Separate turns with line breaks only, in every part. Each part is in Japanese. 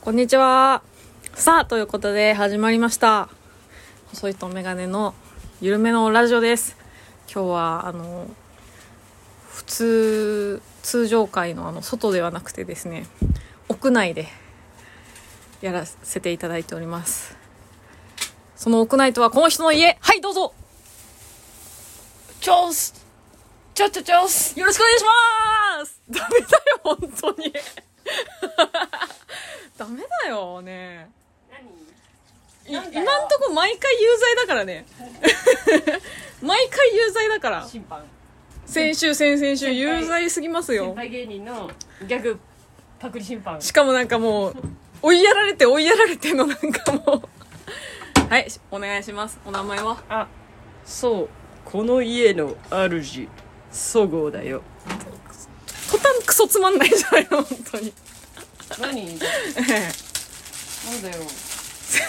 こんにちは。さあ、ということで始まりました。細いとメガネのゆるめのラジオです。今日は、あの、普通、通常会のあの、外ではなくてですね、屋内でやらせていただいております。その屋内とはこの人の家はい、どうぞ
チョースチョチョチョース
よろしくお願いしますダメだよ、本当に。ダメだよ、ねい
な
今
ん
ん
だよ
とこ毎回有罪だからね 毎回有罪だから
審判
先週先々週
先輩
有罪すぎます
先
よ
輩芸人のギャグパクリ審判
しかもなんかもう追いやられて追いやられてのなんかもうはいお願いしますお名前は
あそうこの家の主そごうだよ
途端クソつまんないじゃないの本当に
何なんだよ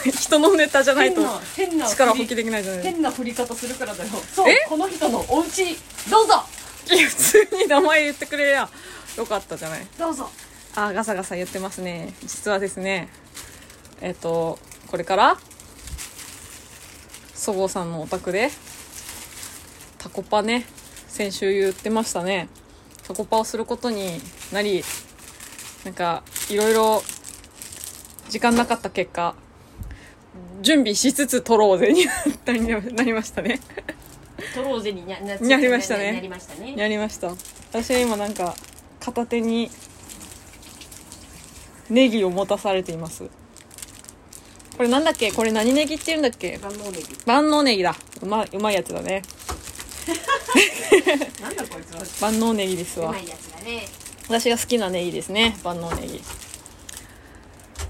人のネタじゃない
変
と
な変な
力
振
発
り
揮できないじゃない
変な振り方するからだよそう
え
この人のお家どうぞ
いや普通に名前言ってくれりゃよかったじゃない
どうぞ
あーガサガサ言ってますね実はですねえっ、とこれからそごうさんのお宅でタコパね先週言ってましたねタコパをすることになりなんかいろいろ時間なかった結果準備しつつ撮ろうぜになりましたね
取ろうぜになな
やりましたね
やりましたね
やりました私は今なんか片手にネギを持たされていますこれなんだっけこれ何ネギって言うんだっけ
万能ネギ
万能ネギだうまいうまいやつだね
なんだこいつは
万能ネギです
う
わ
まいやつだね
私が好きなネギですね万能ネギ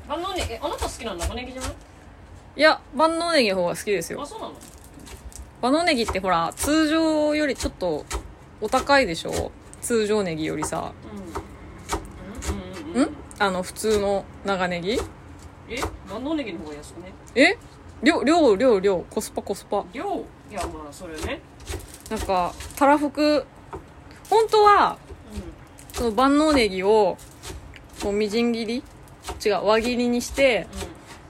万能ネギえあなた好きなの長ネギじゃない
いや万能ネギの方が好きです
あ
よ
そうなの
万能ネギってほら通常よりちょっとお高いでしょ通常ネギよりさ
うんうんうん
んあの普通の長ネギ
え万能ネギの方が安くね
え量量量量コスパコスパ
量いやまあそれね
なんかたらふく本当は
う
その万能ネギをこうみじん切り違う輪切りにして
んうん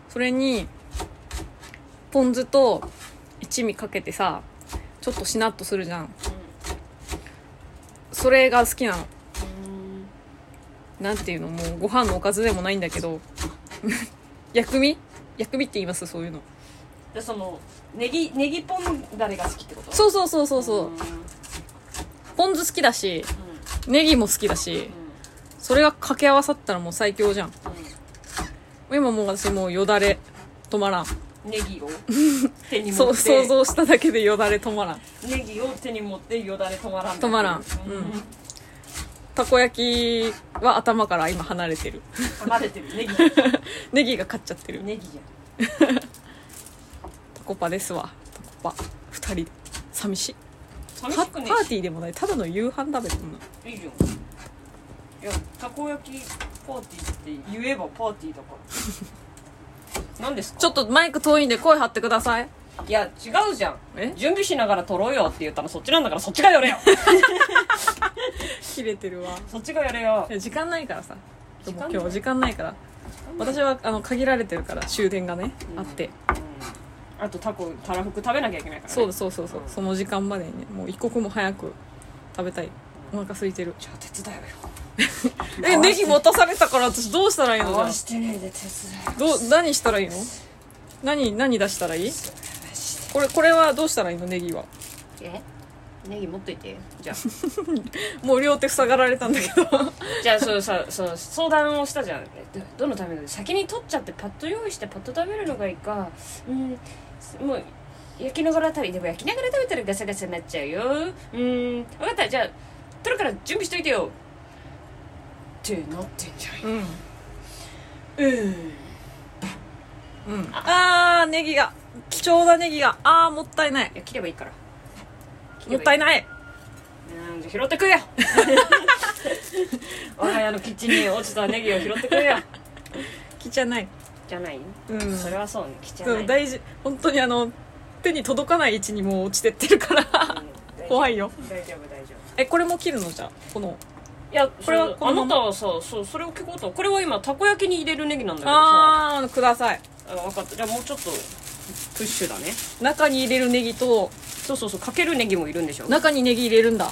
それにポン酢と一味かけてさちょっとしなっとするじゃんそれが好きなの
うん
なんていうのもうご飯のおかずでもないんだけど 薬味薬味って言いますそういうの
でそのネギネギポンダレが好きってこと
そうそうそうそう
う
そ
ん
うポン酢好きだしネギも好きだし
うん
それが掛け合わさったらもう最強じゃん今もう私もうよだれ止まらん
うんネ ギを手に持っ
そう
て
想像しただけでよだれ止まらん
ネギを手に持ってよだれ止まらん
止まらんうんたこ焼きは頭から今離れてる
噛まれてるネギ
ネギが勝っちゃってる
ネギじゃん
タコパですわタコパ2人で寂しい
寂
パ
し
パ
く
ー
ね
ティーでもないただの夕飯だべこんない
いじゃんいやたこ焼きパーティーって言えばパーティ ーだから何ですか
ちょっとマイク遠いんで声張ってください
いや違うじゃん
え
準備しながら撮ろうよって言ったのそっちなんだからそっちが やれよ
切れてるわ
そっちがやれよ
いや時間ないからさ
時間ない
今日時間ないから私はあの限られてるから終電がね、
うん
あって
あとタコたらふく食べなきゃいけないから、ね、
そうですすそうそうそうその時間までにねもう一刻も早く食べたいお腹空いてる
じゃあ手伝えよ
えネギ持たされたから私どうしたらいいのじゃあ
回してねえで手伝
どう何したらいいの何何出したらいい
えし
これこれはどうしたらいいのネギは
えネギ持っといてじゃあ
もう両手塞がられたんだけど
じゃあそうさそう相談をしたじゃんえどどのための先に取っちゃってパッと用意してパッと食べるのがいいかうんもう焼きながら食べでも焼きながら食べたらガサガサになっちゃうようん分かったじゃあ取るから準備しといてよってなってんじゃん
うん
う
う
ん
んあーネギが貴重なネギがあーもったいない
いや切ればいいから
もったい
ない
ない
うんじゃあ拾ってくよ 我が家のキッチンに落ちたネギを拾ってくよ
木じゃない
じゃない、
うん
それはそうねキじゃ
そ
な
う
い
大事本当にあの手に届かない位置にもう落ちてってるから
うん
怖いよ
大丈夫大丈夫
えこれも切るのじゃあこの
いや
こ
こ
れ
れ
は
は
こ
あ
のま
な
ま
たはさそうそれを聞こうとこれは今たこ焼きに入れるネギなんだけどさあ
ああください
分かったじゃあもうちょっとプッシュだね
中に入れるネギと
そうそうそうかけるネギもいるんでしょ
中にネギ入れるんだ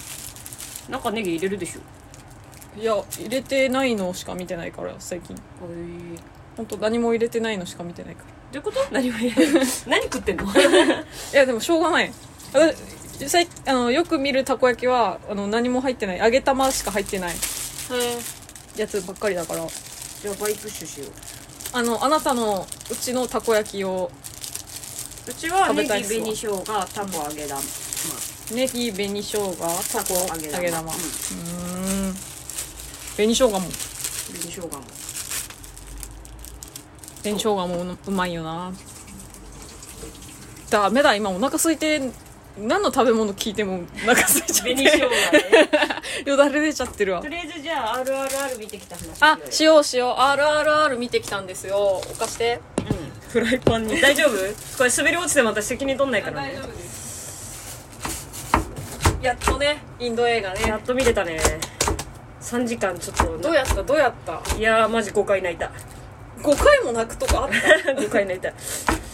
中ネギ入れるでしょ
いや入れてないのしか見てないから最近
おい
本当何も入れてないのしか見てないから
どういうこと何も入れない何食ってんの
いやでもしょうがないあ最あのよく見るたこ焼きはあの何も入ってない揚げ玉しか入ってないやつばっかりだから
じゃあ倍プッシュしよう
あのあなたのうちのたこ焼きを
うちは
食
ネ
べ
ギ
たいっすわ
紅生姜タコ揚げ玉
ネギ紅生姜たこ
揚
揚
げ
げ
玉
玉
うん
うーん紅生姜も
紅生姜も
紅生姜もうまいよなダメだ今お腹空いて何の食べ物聞いてもお腹空いちゃっ
紅生姜
て
ね
よだれ出ちゃってるわ
とりあえずじゃあ RRR 見てきた話
あ
し
しようしよう RRR 見てきたんですよおかして
フライパンに大丈夫これ滑り落ちても私責任取んないからね
夫ですやっとねインド映画
や
ね
っと見れたね3時間ちょっと
どうやったどうやった
いやーマジ5回泣いた
5回も泣くとかあった
5回泣いた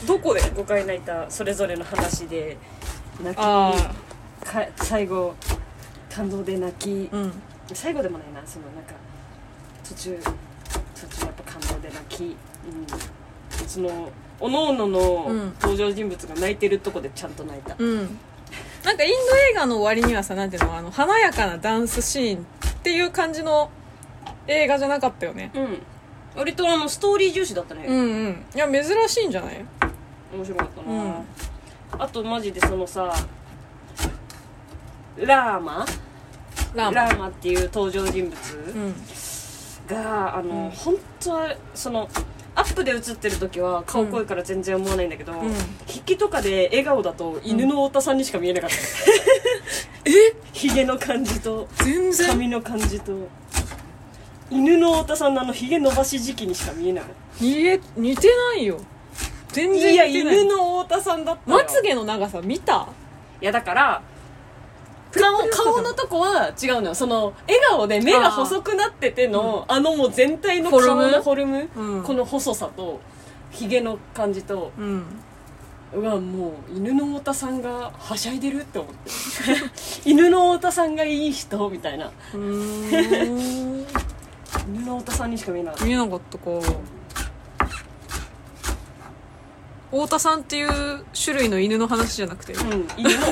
どこで
5回泣いたそれぞれの話で泣き
あ
か最後感動で泣き
あうん
最後でもないなそのなんか途中途中やっぱ感動で泣き、うん、そのおのの
うん
の登場人物が泣いてるとこでちゃんと泣いた、
うんなんかインド映画の終わりにはさなんていうのあの華やかなダンスシーンっていう感じの映画じゃなかったよね
うん割とあのストーリー重視だった
う
ね、
んうんいや珍しいんじゃない
面白かったな、
うん
あとマジでそのさラーマ
ラーマ
ラーマっていう登場人物
うん
があの、
うん
本当はそのアップで映ってる時は顔濃いから全然思わないんだけど、
ん
筆記とかで笑顔だと犬の太田さんにしか見えなかった、
え
ヒゲの感じと
全然
髪の感じと犬の太田さんのあのヒゲ伸ばし時期にしか見えなかっ
似え似てないよ全
た
然
いや
似てない
犬の太田さんだったよ
まつげの長さ見た
いやだから 顔顔のとこは違うのよその笑顔で目が細くなっててのあ,、のもう全体の
フォル
顔
ム
のフォルム、
うん
この細さとヒゲの感じと
うん
うわもう犬の太田さんがはしゃいでるって思って 犬の太田さんがいい人みたいな
うーん
犬の太田さんにしか見えなかった
見えなかったか太田さんっていう種類の犬の話じゃなくて
うん、犬の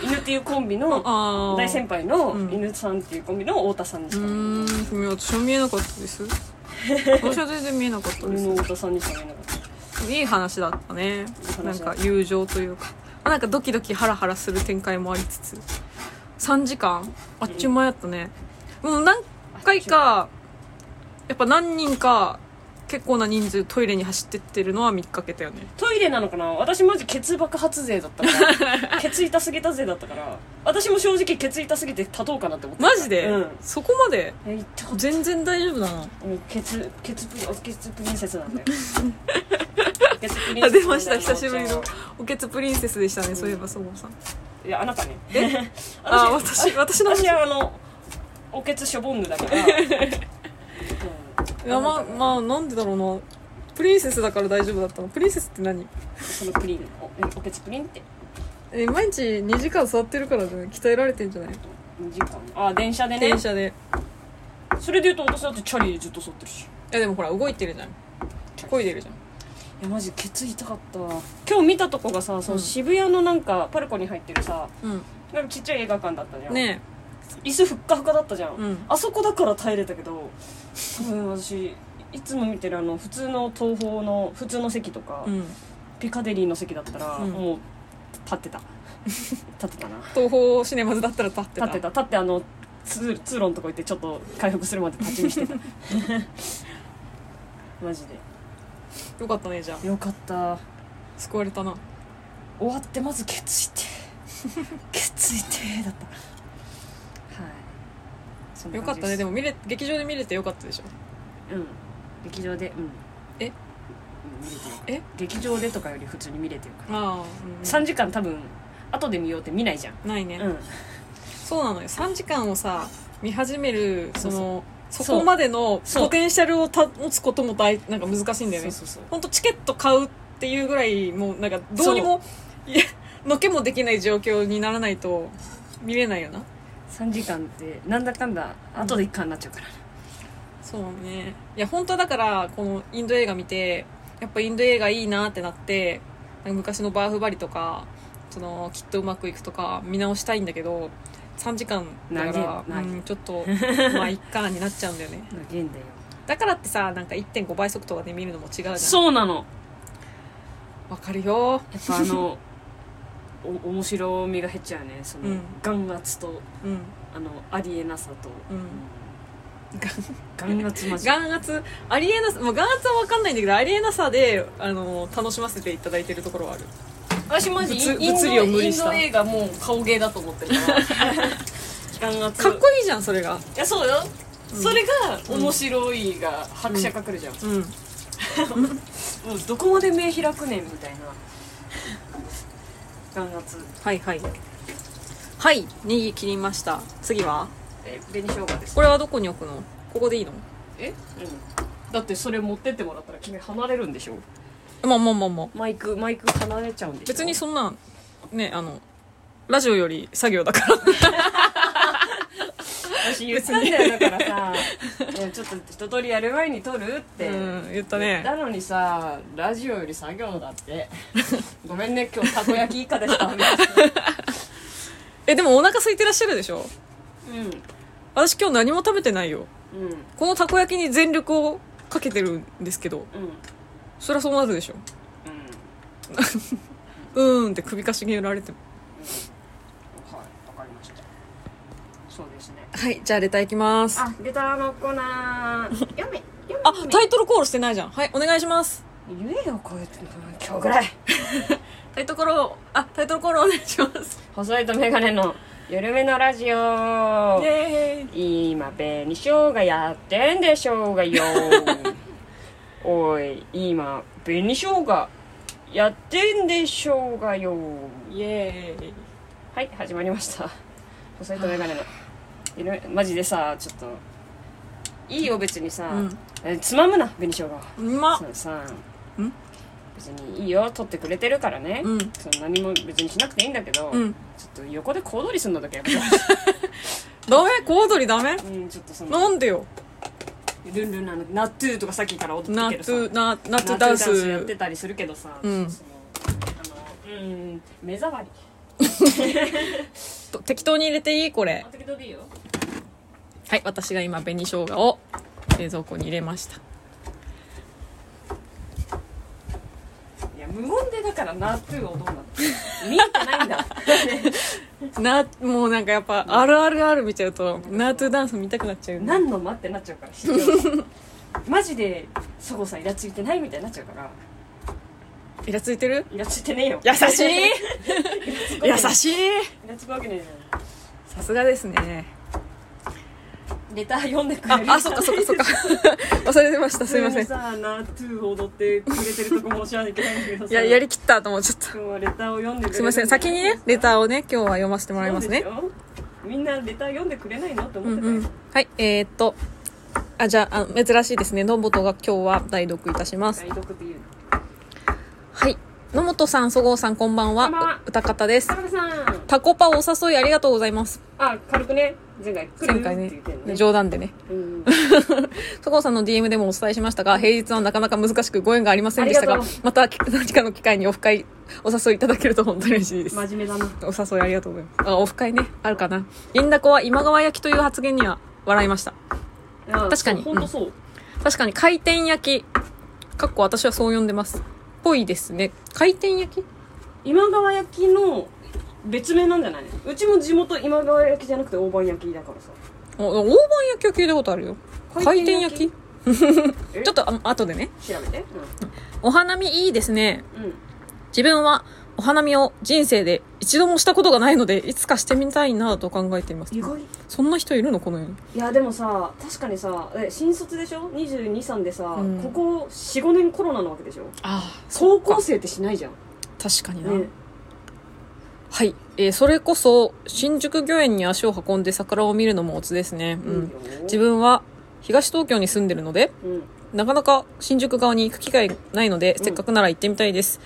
犬っていうコンビの
ああ
大先輩の
うん
犬さんっていうコンビの太田さんに
う
しか見えない
ーん、私は見えなかった です。私は全然見えなかったで
犬の
す。
太田さんにしか見えなかった
いい話だったね
いい。話だ
なんか友情というか、あなんかドキドキハラハラする展開もありつつ、3時間あっちゅう間やったね。うん、何回か、やっぱ何人か結構な人数トイレに走ってってるのは見かけたよね。
トイレなのかな私マジケツ爆発勢だったか らケツ痛すぎた勢だったから私も正直ケツ痛すぎて立とうかなって思ってた
マジで、
うん
そこまで
え痛かっ
全然大丈夫だな。
たうんケツケツプリケツプリンセスなん だよケツプリンセス
あ出ました、久しぶり
お
の
茶を
おけつプリンセスでしたね、そういえば、そもさん。
いやあなたね
あ、私、私の話
私はあのおケツしょぼんぬ だから、
いやまあまあなんでだろうなプリンセスだから大丈夫だったのプリンセスって何
あそのプリンおおケツプリンって
え毎日2時間座ってるからじゃない鍛えられてんじゃない
2時間あ電車でね
電車で
それで言うと私だってチャリでずっと座ってるし
いやでもほら動いてるじゃん漕いでるじゃん
いやマジケツ痛かった今日見たとこがさその
うん
渋谷のなんかパルコに入ってるさ
う
なんかちっちゃい映画館だったじゃん、
ね
椅子ふっかふかだったじゃん、
うん
あそこだから耐えれたけど多分私いつも見てるあの普通の東宝の普通の席とか、
え、うん、
ピカデリーの席だったら、
うん
もう立っ てた立ってたな
東宝シネマズだったら立って
立
た
ってた立ってあの通通路のとこ行ってちょっと回復するまで立ち 見してたマジで
よかったねじゃあ
よかった
救われたな
終わってまずケツいてケツいてだったはいそんな
よか
感
っ
じ
たねですも見れ劇場で見れてよかったでしょ
うん劇場でうん
え
うん見れてよかった
え
劇場でとかより普通に見れてるから、
ああ、
3時間多分後で見ようって見ないじゃん
ないね、
うん
そうなのよ3時間をさ見始めるそ
そうそう
のそ
そう
こまでの
そう
ポテンシャルを保つことも大なんか難しいんだよね
そうそうそう
本当チケット買うっていうぐらいもうなんかどうにもいやのけもできない状況にならないと見れないよな
3時間ってなんだかんだ後で1回になっちゃうからね、
そうねいや本当だからこのインド映画見てやっぱインド映画いいなってなってなんか昔のバーフバリとかそのきっとうまくいくとか見直したいんだけど3時間だか
長
ら、
い長い
うんちょっとまあいっかになっちゃうんだよね
なげんだよ
だからってさなんか1.5倍速とかで見るのも違うじゃん
そうなの
わかるよ
やっぱあの お面白みが減っちゃうねその、
うん
眼圧と
うん
あのありえなさと、
うん
眼圧マジ
眼圧ありえなさもう眼圧は分かんないんだけどありえなさであの楽しませていただいてるところはある
私マジ
物
インド
物理を無理した
インド映画もう顔芸だと思って るから眼圧
かっこいいじゃんそれが
いやそうよ、
うん
それが面白いが拍車かかるじゃん、
うん
もうどこまで目開くねんみたいな眼圧
はいはいはいネギ切りました次は
え紅生姜です
これはどこに置くのここでいいの
えうんだってそれ持ってってもらったら君離れるんでしょ
まあまあまあまあ
マイクマイク離れちゃうんでしょ
別にそんなねあのラジオより作業だから
私言ったんだよだからさいやちょっと一通りやる前に撮るって、
うん言った
な
ね
のにさラジオより作業だって ごめんね今日たこ焼き以下で したう
えでもお腹空いてらっしゃるでしょ
んうん
私今日何も食べてないよ
うん
このたこ焼きに全力をかけてるんですけどそりゃそうなるでしょ
うん
うーんって首かしげられても
はいわかりましたそうですね
はいじゃあレターいきます
あレターのコーナーやめや
あ
め
タイトルコールしてないじゃんはいお願いします
言えよこうやって今日ぐらい
タイトルコールをあタイトルコールお願いします
細いとメガネの緩めのラジオ
イエーイ
今紅生姜やってんでしょう がよおい今紅生姜やってんでしょうがよ
イエーイ
はい始まりました細いとメガネのいろいろマジでさちょっといいよ別にさ、
うん
えつまむな紅生姜は
うまっ
そのさ
ん
別にいいよ取ってくれてるからね、
うん
その何も別にしなくていいんだけど、
うん
ちょっと横で小躍りするのだけやめて
ダメ小踊りダメ
うんちょっと その
なんでよ
ルンルンなのナットゥーとかさっきから踊って
ナ
るけ
ッ
どさ
ツナナッ
ナ
ツ
ットゥ
ダン
ダンスやって
ス
たりするけどさ、
うん
そのあのうん目障り
と適当に入れていいこれ
あ適当でいいよ
はい私が今紅生姜を冷蔵庫に入れました
いや無言でだからナットゥーをどうなの見えてない んだ
なもうなんかやっぱあるあるある見ちゃうとナートゥダンス見たくなっちゃうね
何の待ってなっちゃうから視聴 者マジでそごさんイラついてないみたいになっちゃうから
イラついてる
イラついてねえよ
優し い優
い
しい
イラつくわけねえじゃ
さすがですね
んレター読んでくれ
あ
る、
あ、そっかそっかそっ か。忘れてました。すいません。い
普通にさナットゥーを踊ってくれてるとこ申し訳ないんだけどさ
や、やりきったと思っちゃった。
今日はレターを読んでくれる
すいません。先にね、レターをね、今日は読ませてもらいますね
そ。うでしょみんなレター読んでくれないのって
う
思っ
ん
てた
う
よ、
ん。はい、えー、っと。あ、じゃあ、あ珍しいですね。野本が今日は代読いたします。
代読っていう
はい。野本さん、そごうさん、こんばん
こんばんは
は。う歌方です
田。中さん
タコパお誘いありがとうございます。
あ軽くね前回来る
前回
って言ってんのね
ね、冗談でね。
うん
そごうさんの DM でもお伝えしましたが、平日はなかなか難しくご縁がありませんでした
あ
が
りがと、
また何かの機会にオフ会、お誘いいただけると本当に嬉しいです。
真面目だな
お誘いありがとうございます。あ、オフ会ね、あるかな。銀だこは今川焼きという発言には笑いました。
あ
確かに
そうほんとそう、
確かに回転焼き、かっこ私はそう呼んでます。ぽいですね。回転焼き
今川焼きの別名なんじゃないうちも地元今川焼きじゃなくて大判焼きだからさ
お大判焼きは聞いたことあるよ。回転焼き
え
ちょっとあ後でね。
調べて
お花見いいですね。
うん、うん、
自分はお花見を人生で一度もしたことがないので、いつかしてみたいなと考えています
意。外
そんな人いるのこの世に。
いやでもさ確かにさえ新卒でしょ2 2三でさ、
うん
ここ45年コロナなわけでしょ
ああ、
高校生ってしないじゃん
確かにな。
ね
はい、えーそれこそ新宿御苑に足を運んで桜を見るのもおつですね、うん自分は東東京に住んでるので
うん
なかなか新宿側に行く機会ないので、せっかくなら行ってみたいです、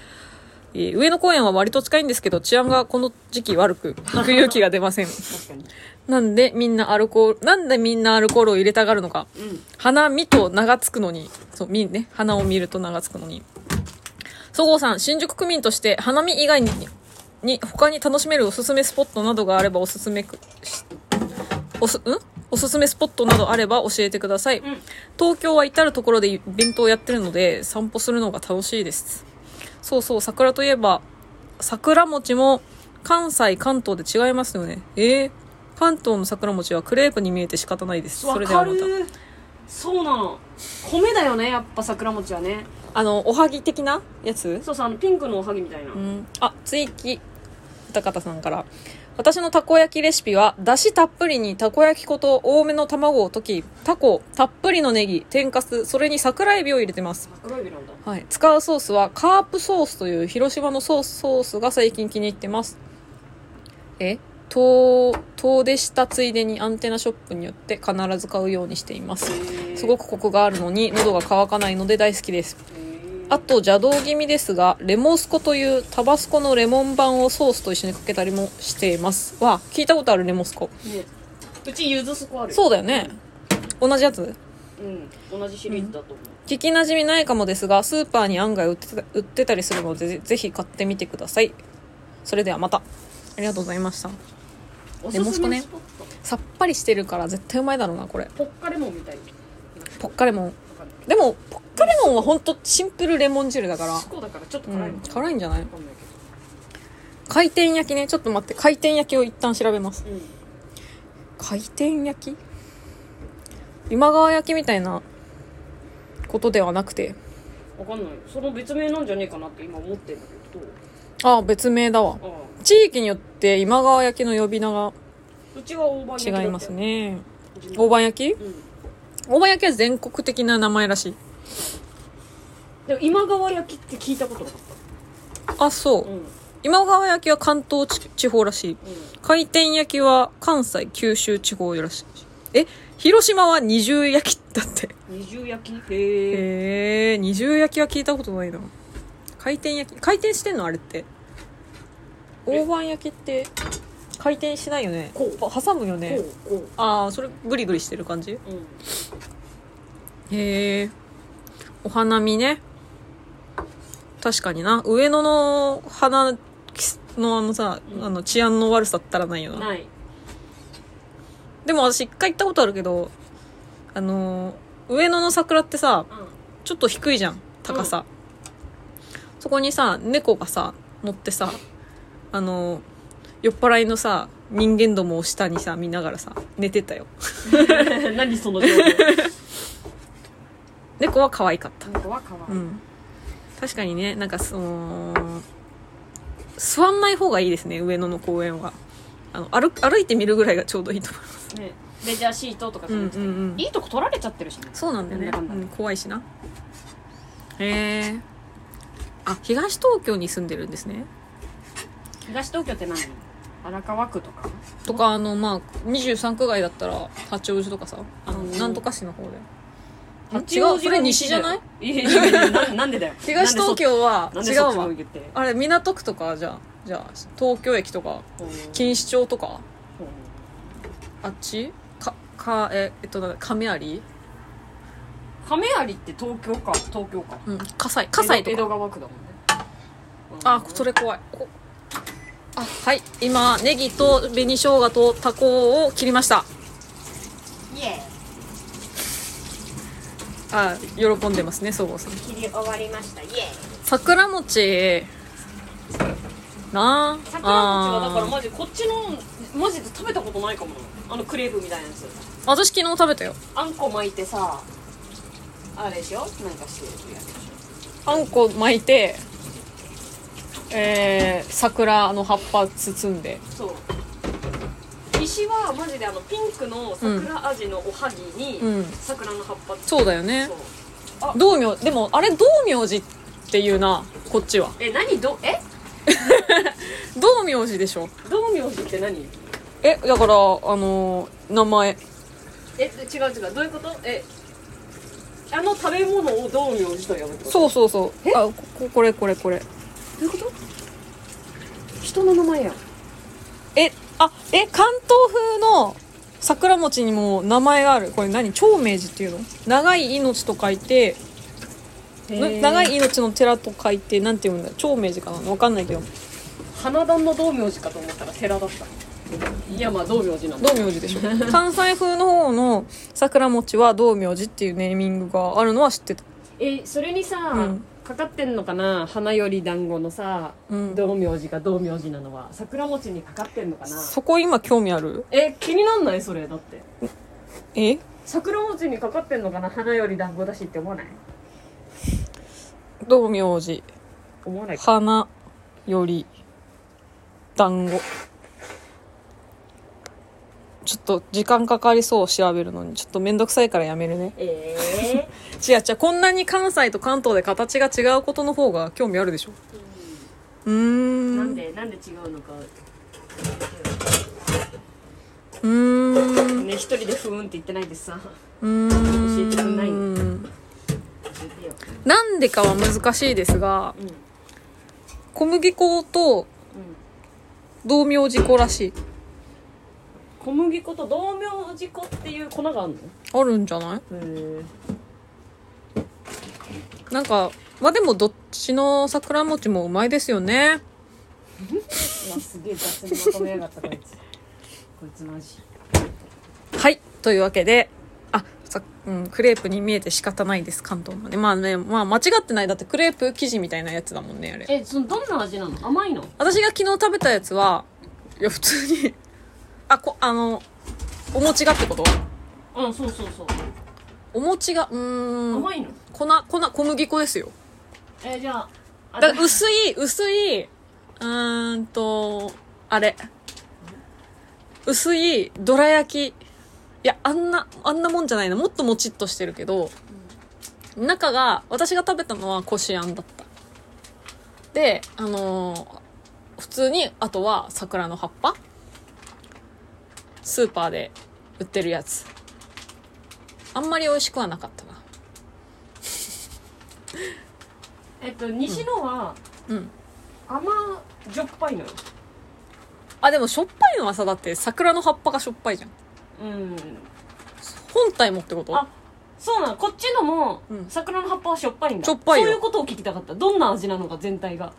えー上野公園は割と近いんですけど治安がこの時期悪 く行く勇気が出ません
確かに
なんでみんなアルコールなんでみんなアルコールを入れたがるのか
うん
花見と名がつくのに、そう、見ね、花を見ると名がつくのに。そごうさん、新宿区民として花見以外に、に他に楽しめるおすすめスポットなどがあればおすすめく、しおす、んおすすめスポットなどあれば教えてください。
ん
東京は至るところでイベントをやってるので、散歩するのが楽しいです。そうそう、桜といえば、桜餅も関西、関東で違いますよね。えー関東の桜餅はクレープに見えて仕方ないです。そ
わ
れでは
か
また。
るそうなの米だよねやっぱ桜餅はね
あの、おはぎ的なやつ
そうそうあのピンクのおはぎみたいな、
うん。あ、追記。歌方さんから。私のたこ焼きレシピは、だしたっぷりにたこ焼き粉と多めの卵を溶き、たこ、たっぷりのネギ、天かす、それに桜エビを入れてます。
桜エビなんだ
はい。使うソースは、カープソースという広島のソースソースが最近気に入ってます。え遠、遠出したついでにアンテナショップによって必ず買うようにしています。すご
く
くコクがあるのに、喉が渇かないので大好きです。あと邪道気味ですがレモスコというタバスコのレモン版をソースと一緒にかけたりもしていますわ聞いたことあるレモスコ
ねうちゆずそこあるよ
そうだよね同じやつ
うん同じシリーズだと思う、
聞きなじみないかもですがスーパーに案外売ってた売ってたりするのでぜぜひ買ってみてくださいそれではまたありがとうございました
おすすめスポット、
さっぱりしてるから絶対うまいだろうなこれ
ポッカレモンみたいな
ポッカレモン
わかんない
でもポッカレモンはほんとシンプルレモン汁だから
そこだからちょっと
う
辛いの
ん辛いんじゃない
わかんないけ
回転焼きねちょっと待って回転焼きを一旦調べます
どうん
回転焼き今川焼きみたいなことではなくて
わかんないその別名なんじゃねえかなって今思ってんだけど
ああ別名だわ
どうあ
地域によって今川焼きの呼び名が
あうちは大判焼きだった
違いますね
う
大判焼き
ん
大判焼きは全国的な名前らしい
でも今川焼きって聞いたことなかっ
あそう、
たうんうん
今川焼きは関東地地方らしい回転焼きは関西九州地方らしいえ広島は二重焼きだって
二重焼きへえ
へえ二重焼きは聞いたことないな回転焼き回転してんのあれって大判焼きって回転しないよね
こう
あ挟むよね
こうこ
ああそれグリグリしてる感じ
ううん
へえお花見ね確かにな上野の花のあのさ、
うん
あの治安の悪さったらないよな
ない
でも私一回行ったことあるけどあのー上野の桜ってさちょっと低いじゃん高さ、そこにさ猫がさ乗ってさあの酔っ払いのさ人間どもを下にさ見ながらさ寝てたよ
う ん何その情報
猫は可愛かった
猫は可
う
愛い
ん確かにねなんかその座んない方がいいですね上野の公園はあの歩歩いてみるぐらいがちょうどいいと思います
ねレジャーシートとかじゃなくて
うんうんうん
いいとこ取られちゃってるしね
そうなんだよね、
なんだかん
う
だ
ん怖いしなへえあ東東京に住んでるんですね
東東京って何荒川区とか
とかあのまあ23区外だったら八王子とかさあの
うん
なんとか市の方であ
八
違
王
う
子
そ
が
れ西じゃない
いやいやいやななんでだよ
東東京は
なんで
違
そうな
わ
んでそっちの方言って
あれ港区とかじゃあじゃあ東京駅とか
ほう
錦糸町とか
ほう
あっちかかええっとなんだ亀有
亀有って東京か東京か
うん葛西葛西
江戸江
とか
戸川区だもんね
あそれ怖いこあはい今ネギと紅生姜とタコを切りました
イエ
あ喜んでますねそごうさん
ー切り終わりましたイエー
桜餅なあ
桜餅はだから
あー
マジこっちのマジで食べたことないかもなあのクレープみたいなやつ
私昨日食べたよ
あんこ巻いてさあれでしょなんかしてるやつでし
あんこ巻いてえー、桜の葉っぱ包んで
ょそう石はマジであのピンクの桜味のおはぎに
うん
桜の葉っぱって
そうだよね
そう
道明でもあれ道明寺っていうなこっちは
え何どえ
道明寺でしょ
道明寺って何
えだからあのー名前
え違う違うどういうことえあの食べ物を道明寺と呼ぶってこと
そうそうそうあここれこれこれ
どういうこと人の名前やん
えあえ関東風の桜餅にも名前があるこれ何長明寺っていうの長い命と書いてぬ長い命の寺と書いてなんて読むんだ長明寺かなわかんないけど
花壇の道明寺かと思ったら寺だったいやまあ道明寺なんだ
道明寺 でしょ関西風の方の桜餅は道明寺っていうネーミングがあるのは知ってた
えそれにさ、
うん
かかってんのかな花より団子のさ、
うん
道明寺か道明寺なのは桜餅にかかってんのかな
そこ今興味ある
え気になんないそれだって
え
桜餅にかかってんのかな花より団子だしって思わない
道明寺
思わないか
花より団子ちょっと時間かかりそう調べるのにちょっとめんどくさいからやめるね
ええ
違う違うこんなに関西と関東で形が違うことの方が興味あるでしょうーん
なんでなんで違うのか
うーん
ね一人でふーんって言ってないでさ
うーん
教えてくんない教えてよ
なんでかは難しいですが
うんうん
小麦粉と道明寺粉らしい
小麦粉と道明寺粉っていう粉があるの
あるんじゃない
へ
なんかまあでもどっちの桜餅もうまいですよね
えわすげえ雑にまとめやがったこいつ こいつマジ
はい。というわけで、あ、さ、うん、クレープに見えて仕方ないです、関東のね。まあね、まあ間違ってない。だってクレープ生地みたいなやつだもんね、あれ。
えそのどんな味なの甘いの
私が昨日食べたやつは、いや、普通に、あ、こ、あの、お餅がってこと
うんそうそうそう、
お餅が、うーん、
甘いの
粉、粉、小麦粉ですよ。
えじゃああ
だから薄い、薄い、うーんと、あれ。薄い、どら焼き。いや、あんな、あんなもんじゃないな。もっともちっとしてるけど、中が、私が食べたのはこしあんだった。で、あのー普通に、あとは桜の葉っぱスーパーで売ってるやつ。あんまり美味しくはなかったな。
えっと西のは
うん。
甘じょっぱいのよ
あ、でもしょっぱいのはさ、だって桜の葉っぱがしょっぱいじゃん。
うん
本体もってこと
あそうなのこっちのも、
うん
桜の葉っぱはしょっぱいんだ
しょっぱいよ
そういうことを聞きたかったどんな味なのか全体が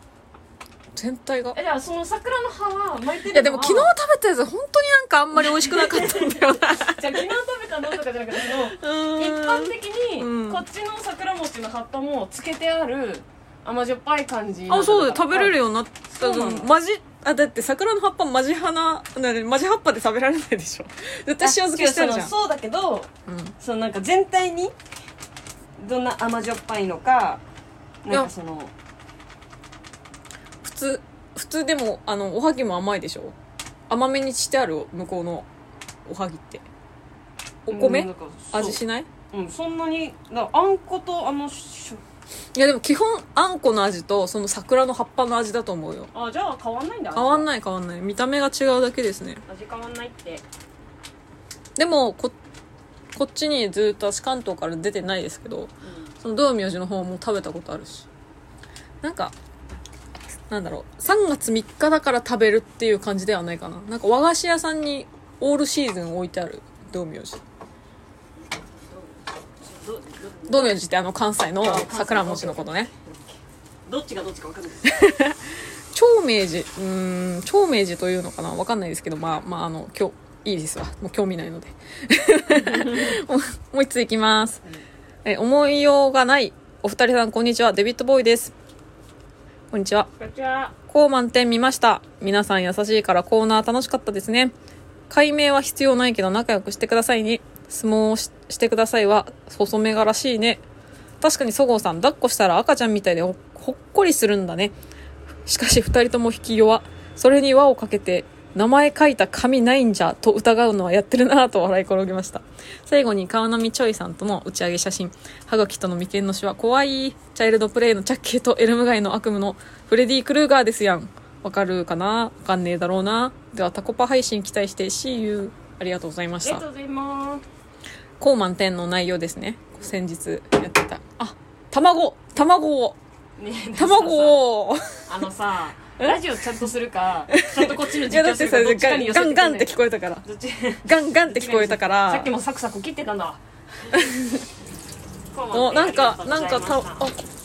全体が
えじゃあその桜の葉は巻いてるのはい
やでも昨日食べたやつ本当になんかあんまり美味しくなかったんだよ な
じゃあ昨日食べたのとかじゃなくてその
う
一
ー
般
ん
的
うん
にこっちの桜餅の葉っぱもつけてある甘じょっぱい感じ
あそうだよ食べれる
よ
ようになった
そうなの
マジあだって桜の葉っぱマジ花なマジ葉っぱで食べられないでしょ絶対塩漬けしてるじゃん
そうだけど
うん
そのなんか全体にどんな甘じょっぱいのか
い
なん
や
かその
普通普通でもあのおはぎも甘いでしょ甘めにしてある向こうのおはぎってお
うんな
米
んかそう
味しない
うんそんなになんかあんことあのしょ
いやでも基本あんこの味とその桜の葉っぱの味だと思うよ
あじゃあ変わんないんだ
変わん
な
な
い
い変わんない見た目が違うだけですね
味変わんないって
でもここっちにずっと私関東から出てないですけどその道明寺の方も食べたことあるしなんかなんだろう3月3日だから食べるっていう感じではないかななんか和菓子屋さんにオールシーズン置いてある道明寺
ど
道明寺ってあの関西の桜餅のことね
どっちがどっちか分かんない
長明寺うーん長明寺というのかなわかんないですけどまあまああの今日いいですわもう興味ないので もうもう一ついきますえ思いようがないお二人さんこんにちはデビッドボーイですこんにちは
こんにちは
高満点見ました皆さん優しいからコーナー楽しかったですね解明は必要ないけど仲良くしてくださいに相撲をししてくださいは細めがらしいね確かにそごうさん抱っこしたら赤ちゃんみたいでほほっこりするんだねしかし二人とも引き弱それに輪をかけて名前書いた紙ないんじゃと疑うのはやってるなぁと笑い転げました最後に川波ちょいさんとの打ち上げ写真歯茎との眉間のシワ怖いチャイルドプレイのチャッキーとエルム街の悪夢のフレディ・クルーガーですやんわかるかなわかんねえだろうなではタコパ配信期待して See you ありがとうございま
あ
し
りが
た
とうございます
高満点の内容ですね先日やってたあ卵卵を
ねえ を
卵を
あのさラジオちゃんとする かちゃんとこっちの
いや
実
だ
況
ってさ
するかどっちか
ガン
に寄せ
ガ
て
ンガンって聞
こ
こえたから
どっち
ガンガンって聞こえたから
さっきもサクサク切ってたん だ
おなんかなんかたあ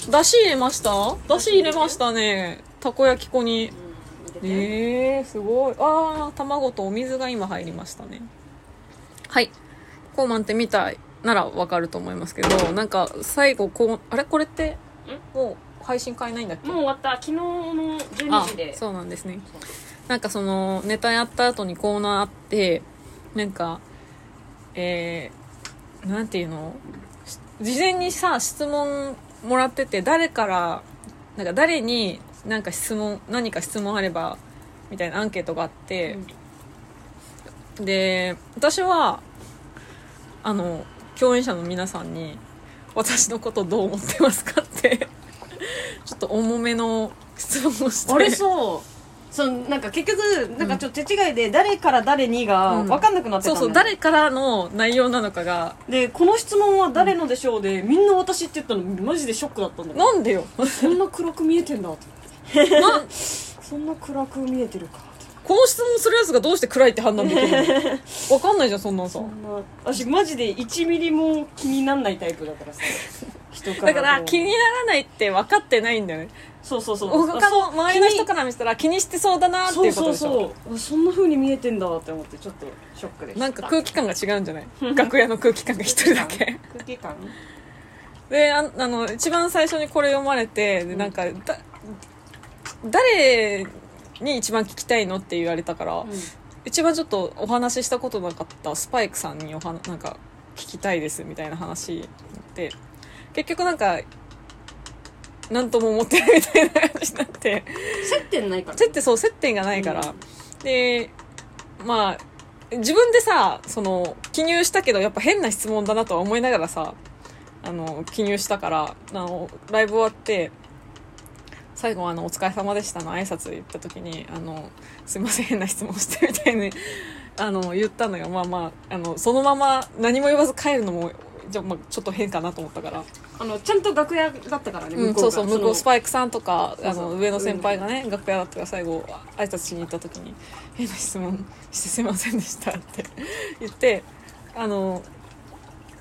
だし入れましただし入れましたねたこ焼き粉にえ
ね
ー、すごいあー卵とお水が今入りましたねはいこうまんって見たならわかると思いますけどなんか最後こうあれこれってもう配信変えないんだっけ
もう終わった昨日の12
あ
時で
そうなんですねなんかそのネタやった後にコーナーあってなんかえー、なんていうのし事前にさ質問もらってて誰からなんか誰になんか質問何か質問あればみたいなアンケートがあって、で私はあの共演者の皆さんに「私のことどう思ってますか?」って ちょっと重めの質問をして
あ れそうそうなんか結局なんかちょっと手違いで誰から誰にが
うん
分かんなくなってた
そうそ
んだ
う誰からの内容なのかが
でこの質問は誰のでしょうでみんな私って言ったのマジでショックだったんだけど
なんでよ
そんな暗く見えてんだと
なん
そんな暗く見えてるかと
この質問するやつがどうして暗いって判断できるのわかんないじゃんそんなんさ
そんな私マジで1ミリも気になんないタイプだからさ人から
だから
も
気にならないって分かってないんだよね
そうそうそう
他の
あそう
周りの人から見せたら気にしてそうだなって
そ
いううこと
そう
でしょ
そうあそんな風に見えてんだって思ってちょっとショックでした
なんか空気感が違うんじゃない楽屋の空気感が一人だけ
空気感
でああの一番最初にこれ読まれてでなんかだ誰に一番聞きたいのって言われたから、一番ちょっとお話ししたことなかったスパイクさんにおはなんか聞きたいですみたいな話で結局なんか何とも思ってないみたいな話になって
接点ないから
接点そう接点がないから、
うん
でまあ自分でさその記入したけどやっぱ変な質問だなとは思いながらさあの記入したからあのライブ終わって最後はあの「お疲れ様でした」の挨拶言った時に「あのすいません変な質問して」みたいにあの言ったのよまあまああのそのまま何も言わず帰るのもじゃあまあちょっと変かなと思ったから
あのちゃんと楽屋だったからね、
うん、
向こ
そうう
が
そう向こうス
イ
パイクさんとか
そうそう
あの上の先輩がね楽屋だったから最後挨拶しに行った時に「変な質問してすいませんでした」って 言って「あの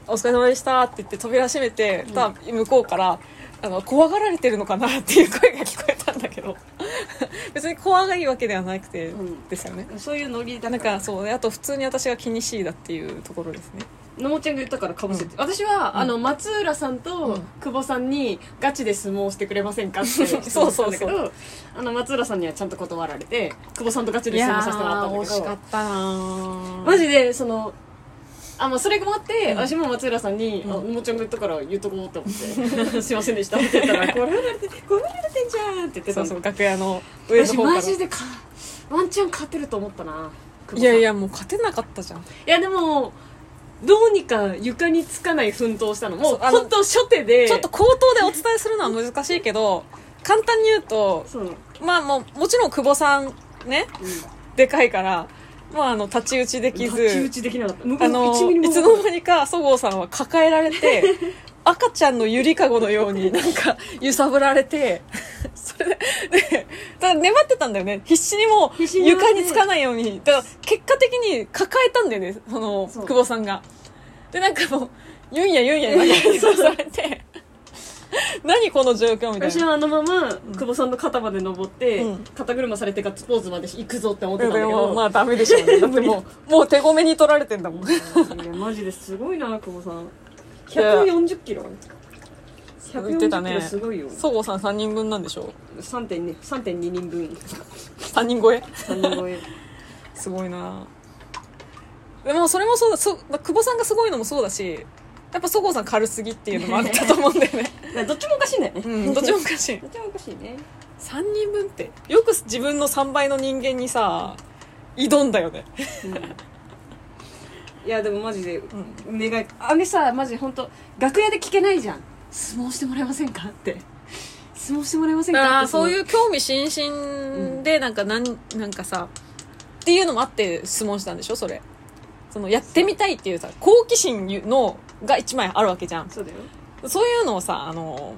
お疲れ様でした」って言って扉閉めて、た向こうからあの怖がられてるのかなっていう声が聞こえたんだけど 別に怖がいいわけではなくて
うん
ですよね、
そういうノリだ
なん
から
かそうであと普通に私が気にしいだっていうところですね
のもちゃんが言ったからかぶせて、私は、あの松浦さんと久保さんにガチで相撲してくれません かって
そうそうそう
質問したんだけどあの松浦さんにはちゃんと断られて久保さんとガチで
い
相撲
や
させてもらった
ー
んだ
惜
け
し
ど
かったなー
マジでそのあまあそれもあって、
ん
私も松浦さんに「
ん
あのもちゃんが言ったから言っとこう」って思って「 すいませんでした」って言った ら「これられてこれられてんじゃん」って言ってた
そ
の
うそう楽屋の上の
私
方から
マジでかワンチャン勝てると思ったな久保さん
いやいやもう勝てなかったじゃん
いやでもどうにか床につかない奮闘したのもう
そうあの
本当初手で
ちょっと口頭でお伝えするのは難しいけど簡単に言うと
そう、うん、
まあもうもちろん久保さんねでかいからまああの立ち打ちでき
傷
ず
太刀打ちできなかった向こう
あの
1ミリも
いつの間にかそごうさんは抱えられ て赤ちゃんのゆりかごのようになんか揺さぶられて それででだから粘ってたんだよね必死にもう
必死に粘っ
床
て
につかないようにだから結果的に抱えたんだよねその
そう
久保さんがでなんかもうゆんやゆんや 揺さぶられて何この状況みたい
私
な
はあのまま久保さんの肩まで登って、
うん
肩車されてガッツポーズまで行くぞって思って
で
たんだけど
もまあダメでしょう ねだってもうもう手ごめに取られてんだもん
いやマジですごいな久保さん
や
140キロ
言ってた
140キ
ね
ロすごいよ、
そごうさん3人分なんでしょ
3.2 3.2人分
3人超え
3人超え
すごいなでもそれもそうだそ久保さんがすごいのもそうだしやっぱそごうさん軽すぎっていうのもあったと思うんだよね、
いやどっちもおかしいんだよ ね、
うん、 どっちもおかしい
どっちもおかしいね
3人分ってよく自分の3倍の人間にさ挑んだよね
いやでもマジで願いあげさマジ本当楽屋で聞けないじゃん相撲してもらえませんかって相撲してもらえません
だか
かっ
ら
て
そういうう興味津々でなんかなんなんかさっていうのもあって質問したんでしょそれそのやってみたいっていうさ好奇心のが一枚あるわけじゃん
そうだよ
そういうのをさあの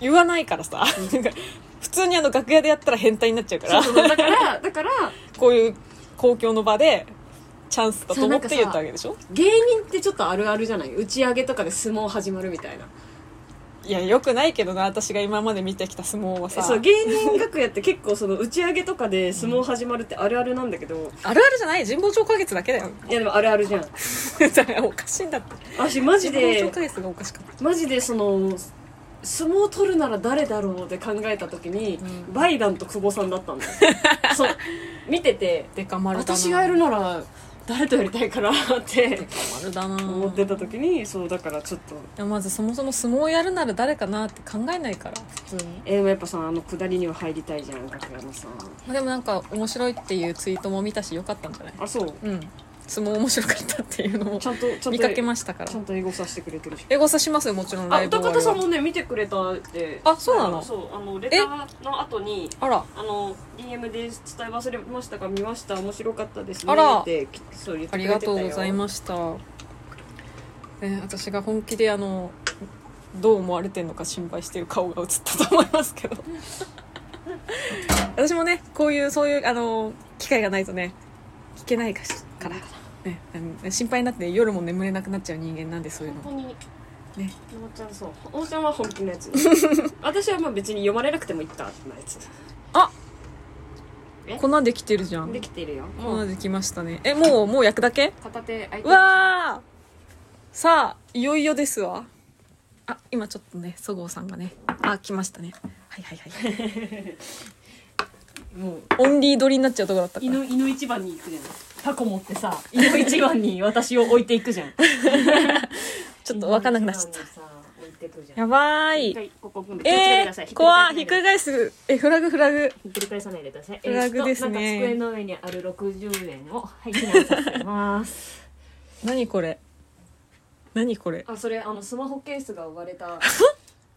言わないからさ、 なんか普通にあの楽屋でやったら変態になっちゃうから
そうそうだからだから
こういう公共の場でチャンスだと思って
そうなんかさ
言ったわけでしょ
芸人ってちょっとあるあるじゃない打ち上げとかで相撲始まるみたいない
やよくないけどな私が今まで見てきた相撲はさ
そう芸人楽屋って結構その打ち上げとかで相撲始まるってあるあるなんだけど、
あるあるじゃない人望超過月だけだよ
いやでもあるあるじゃん
だから おかしいんだって
私マジ
人望超過
で
月がおかしかった
マジでその相撲取るなら誰だろうって考えた時に、
う
バイダンと久保さんだった んだよそう見てて
デカ丸だな
私がやるなら誰とやりたいかなって
丸だな
思ってた時にそうだからちょっと
いやまずそもそも相撲やるなら誰かなって考えないから普通に
えーでもやっぱさあの下りには入りたいじゃん楽屋のさ
まあでもなんか面白いっていうツイートも見たしよかったんじゃない
あそう
うん相撲面白かったっていうのも
ちゃんとちゃんと
見かけましたから
ちゃんと英語させてくれてるし
エゴサしますよもちろんラ
あ
イブ
歌
終わ
方
り
さ
は
んもね見てくれたって
あそうなの
そうあのレターの後に
あら
あの DM で伝え忘れましたが見ました面白かったですね
あら
ってきそう言って
あ
くれ
り
てたよ
がとうございました、ね、私が本気であのどう思われてるのか心配してる顔が映ったと思いますけど 私もねこういうそういうあの機会がないとね聞けないかしから、ね、あの心配になって夜も眠れなくなっちゃう人間なんでそういうの
本当に
ね
おちゃんそうおちゃんは本気のや つ私はまあ別に読まれなくてもいったってなやつ
粉できてるじゃん
できてるよも
粉
う
できましたねえもうもう焼くだけ
片手空いうてる
わーさあいよいよですわあ今ちょっとねそごうさんがねあ来ましたねはいはいはい
もう
オンリー取りになっちゃうとこだったか
胃
ら
の胃の一番に行くじゃんタコ持ってさ胃の一番に私を置いてい くじゃん
ちょっと分かんなくなっちゃった
た置いてくじゃん
やばー
一
い
回ここ組んで
え
ひっくり返さないで
ー、怖いひっくり返すえフラグフラグ
ひっくり返さないでください
フラグですね
えーっとなんか机の上にある60円をはい避難させてます
何これ何これ
あそれあのスマホケースが割れた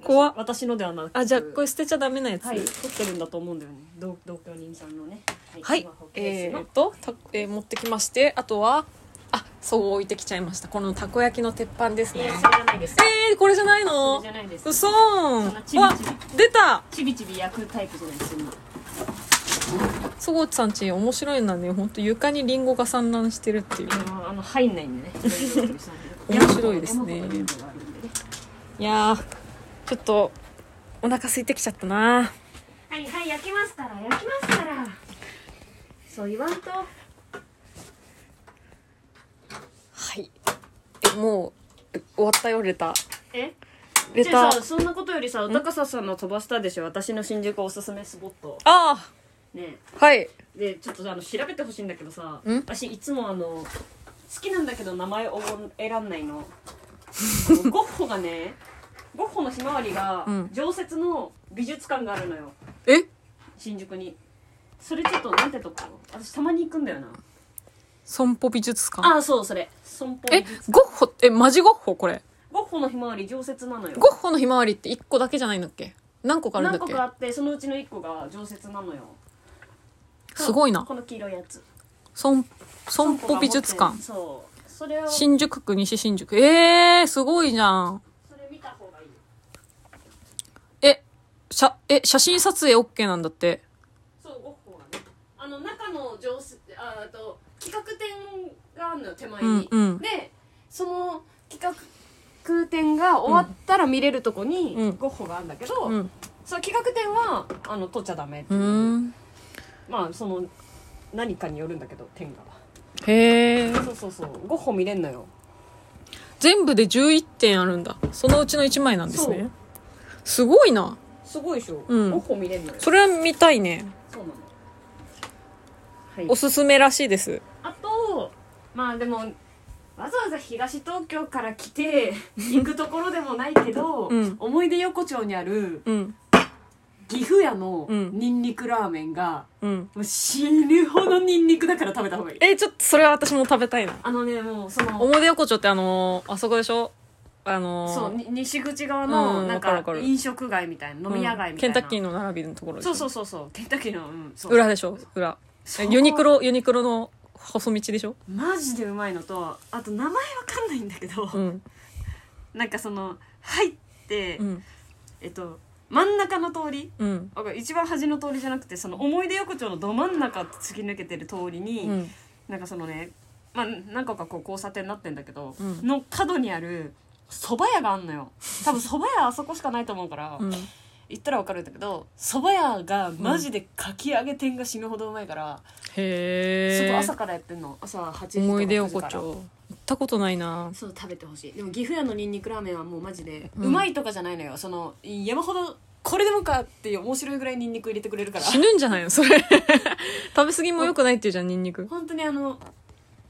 怖っ
私のではなく
あじゃあこれ捨てちゃダメなやつ
はい取ってるんだと思うんだよね同同居人さんのねはい、
はい
スマホケー
え
スの
ー、とた、えー持ってきましてあとはあそう置いてきちゃいましたこのたこ焼きの鉄板です
い
ね
やそれじゃないです
えー、これじゃない
それ
の
じゃないです
うそーん
そんなちびちび
わ出た
ちびちび焼くタイプじゃないですよ
そごうさんち面白いのはねほんと床にリンゴが散乱してるっていう
あの入んないん でね
面白いですね
山ほどリンゴがあるんでね
いやーちょっとお腹空いてきちゃったな
はいはい焼きますから焼きますからそう言わんと
はいえもうえ終わったよレター
え
レ
じ
タ
ゃあ
ー
さそんなことよりさ高ささんの飛ばしたでしょ私の新宿おすすめスポット
あ
ね
あはい
でちょっとあの調べてほしいんだけどさ
ん
私いつもあの好きなんだけど名前を選んないのあのゴッホがねゴッホのひまわりが
うん
常設の美術館があるのよ
え
新宿にそれちょっとなんてとこ私たまに行くんだよな
損保美術館
ああそうそれ損保
えゴッホえマジゴッホこれ
ゴッホのひまわり常設なのよ
ゴッホのひまわりって1個だけじゃないんだっけ何個かあるんだ
何
っ
個
け
かあってそのうちの1個が常設なのよ
すごいな
この黄色いやつ
損損保美術館
そうそれをそれ
新宿区西新宿えー、すごいじゃん
見た方がいい
え写え写真撮影 OK なんだって
そうゴッホがねあの中の常設ああと企画展があるのよ手前に、
うんうん
でその企画展が終わったら見れるとこに
うん
ゴッホがあるんだけど、
うん
その企画展はあの撮っちゃダメって
う
いう
ーん
まあその何かによるんだけど点が
へえ
そうそうそうゴッホ見れんのよ
全部で11点あるんだそのうちの1枚なんです
そ
ね
う
すごいな
すごいでしょ、
うん
ゴッホ見れんのよ
それは見たいね
そうなのはい
おすすめらしいです
あとまあでもわざわざ東東京から来て行くところでもないけど、
うん
思い出横丁にある
うん
岐阜屋の
うん
ニンニクラーメンが、
うん
もう死ぬほどニンニクだから食べた方がいい
えちょっとそれは私も食べたいな
あのねもうその
表横丁ってあのーあそこでしょあのー
そうに西口側の
うん
なん
わかる
か
わかる
飲食街みたいな飲み屋街みたい
うんケ
な、
ンタッキーの並びのところでし
そ
ょ
うそうそうそうケンタッキーの、うん、そう
裏でしょ裏
そう
えユニクロユニクロの細道でしょ
マジでうまいのとあと名前わかんないんだけど、
うん
なんかその入って、
うん
えっと真ん中の通り
うん
わかる一番端の通りじゃなくてその思い出横丁のど真ん中突き抜けてる通りに、
うん
なんかそのね、まあ、何個かこう交差点になってんだけど、
うん
の角にある蕎麦屋があんのよ多分蕎麦屋あそこしかないと思うから、
うん
行ったらわかるんだけど蕎麦屋がマジでかき揚げ天が死ぬほどうまいから、そ
へ
こ
え
朝からやってんの朝8時とか
思い出横
9時から
丁行ったことないな
そう食べてほしいでも岐阜屋のニンニクラーメンはもうマジで、
う
うんまいとかじゃないのよその山ほどこれでもかっていう面白いぐらいニンニク入れてくれるから
死ぬんじゃないのそれ 食べ過ぎも良くないっていうじゃんニンニク
本当にあの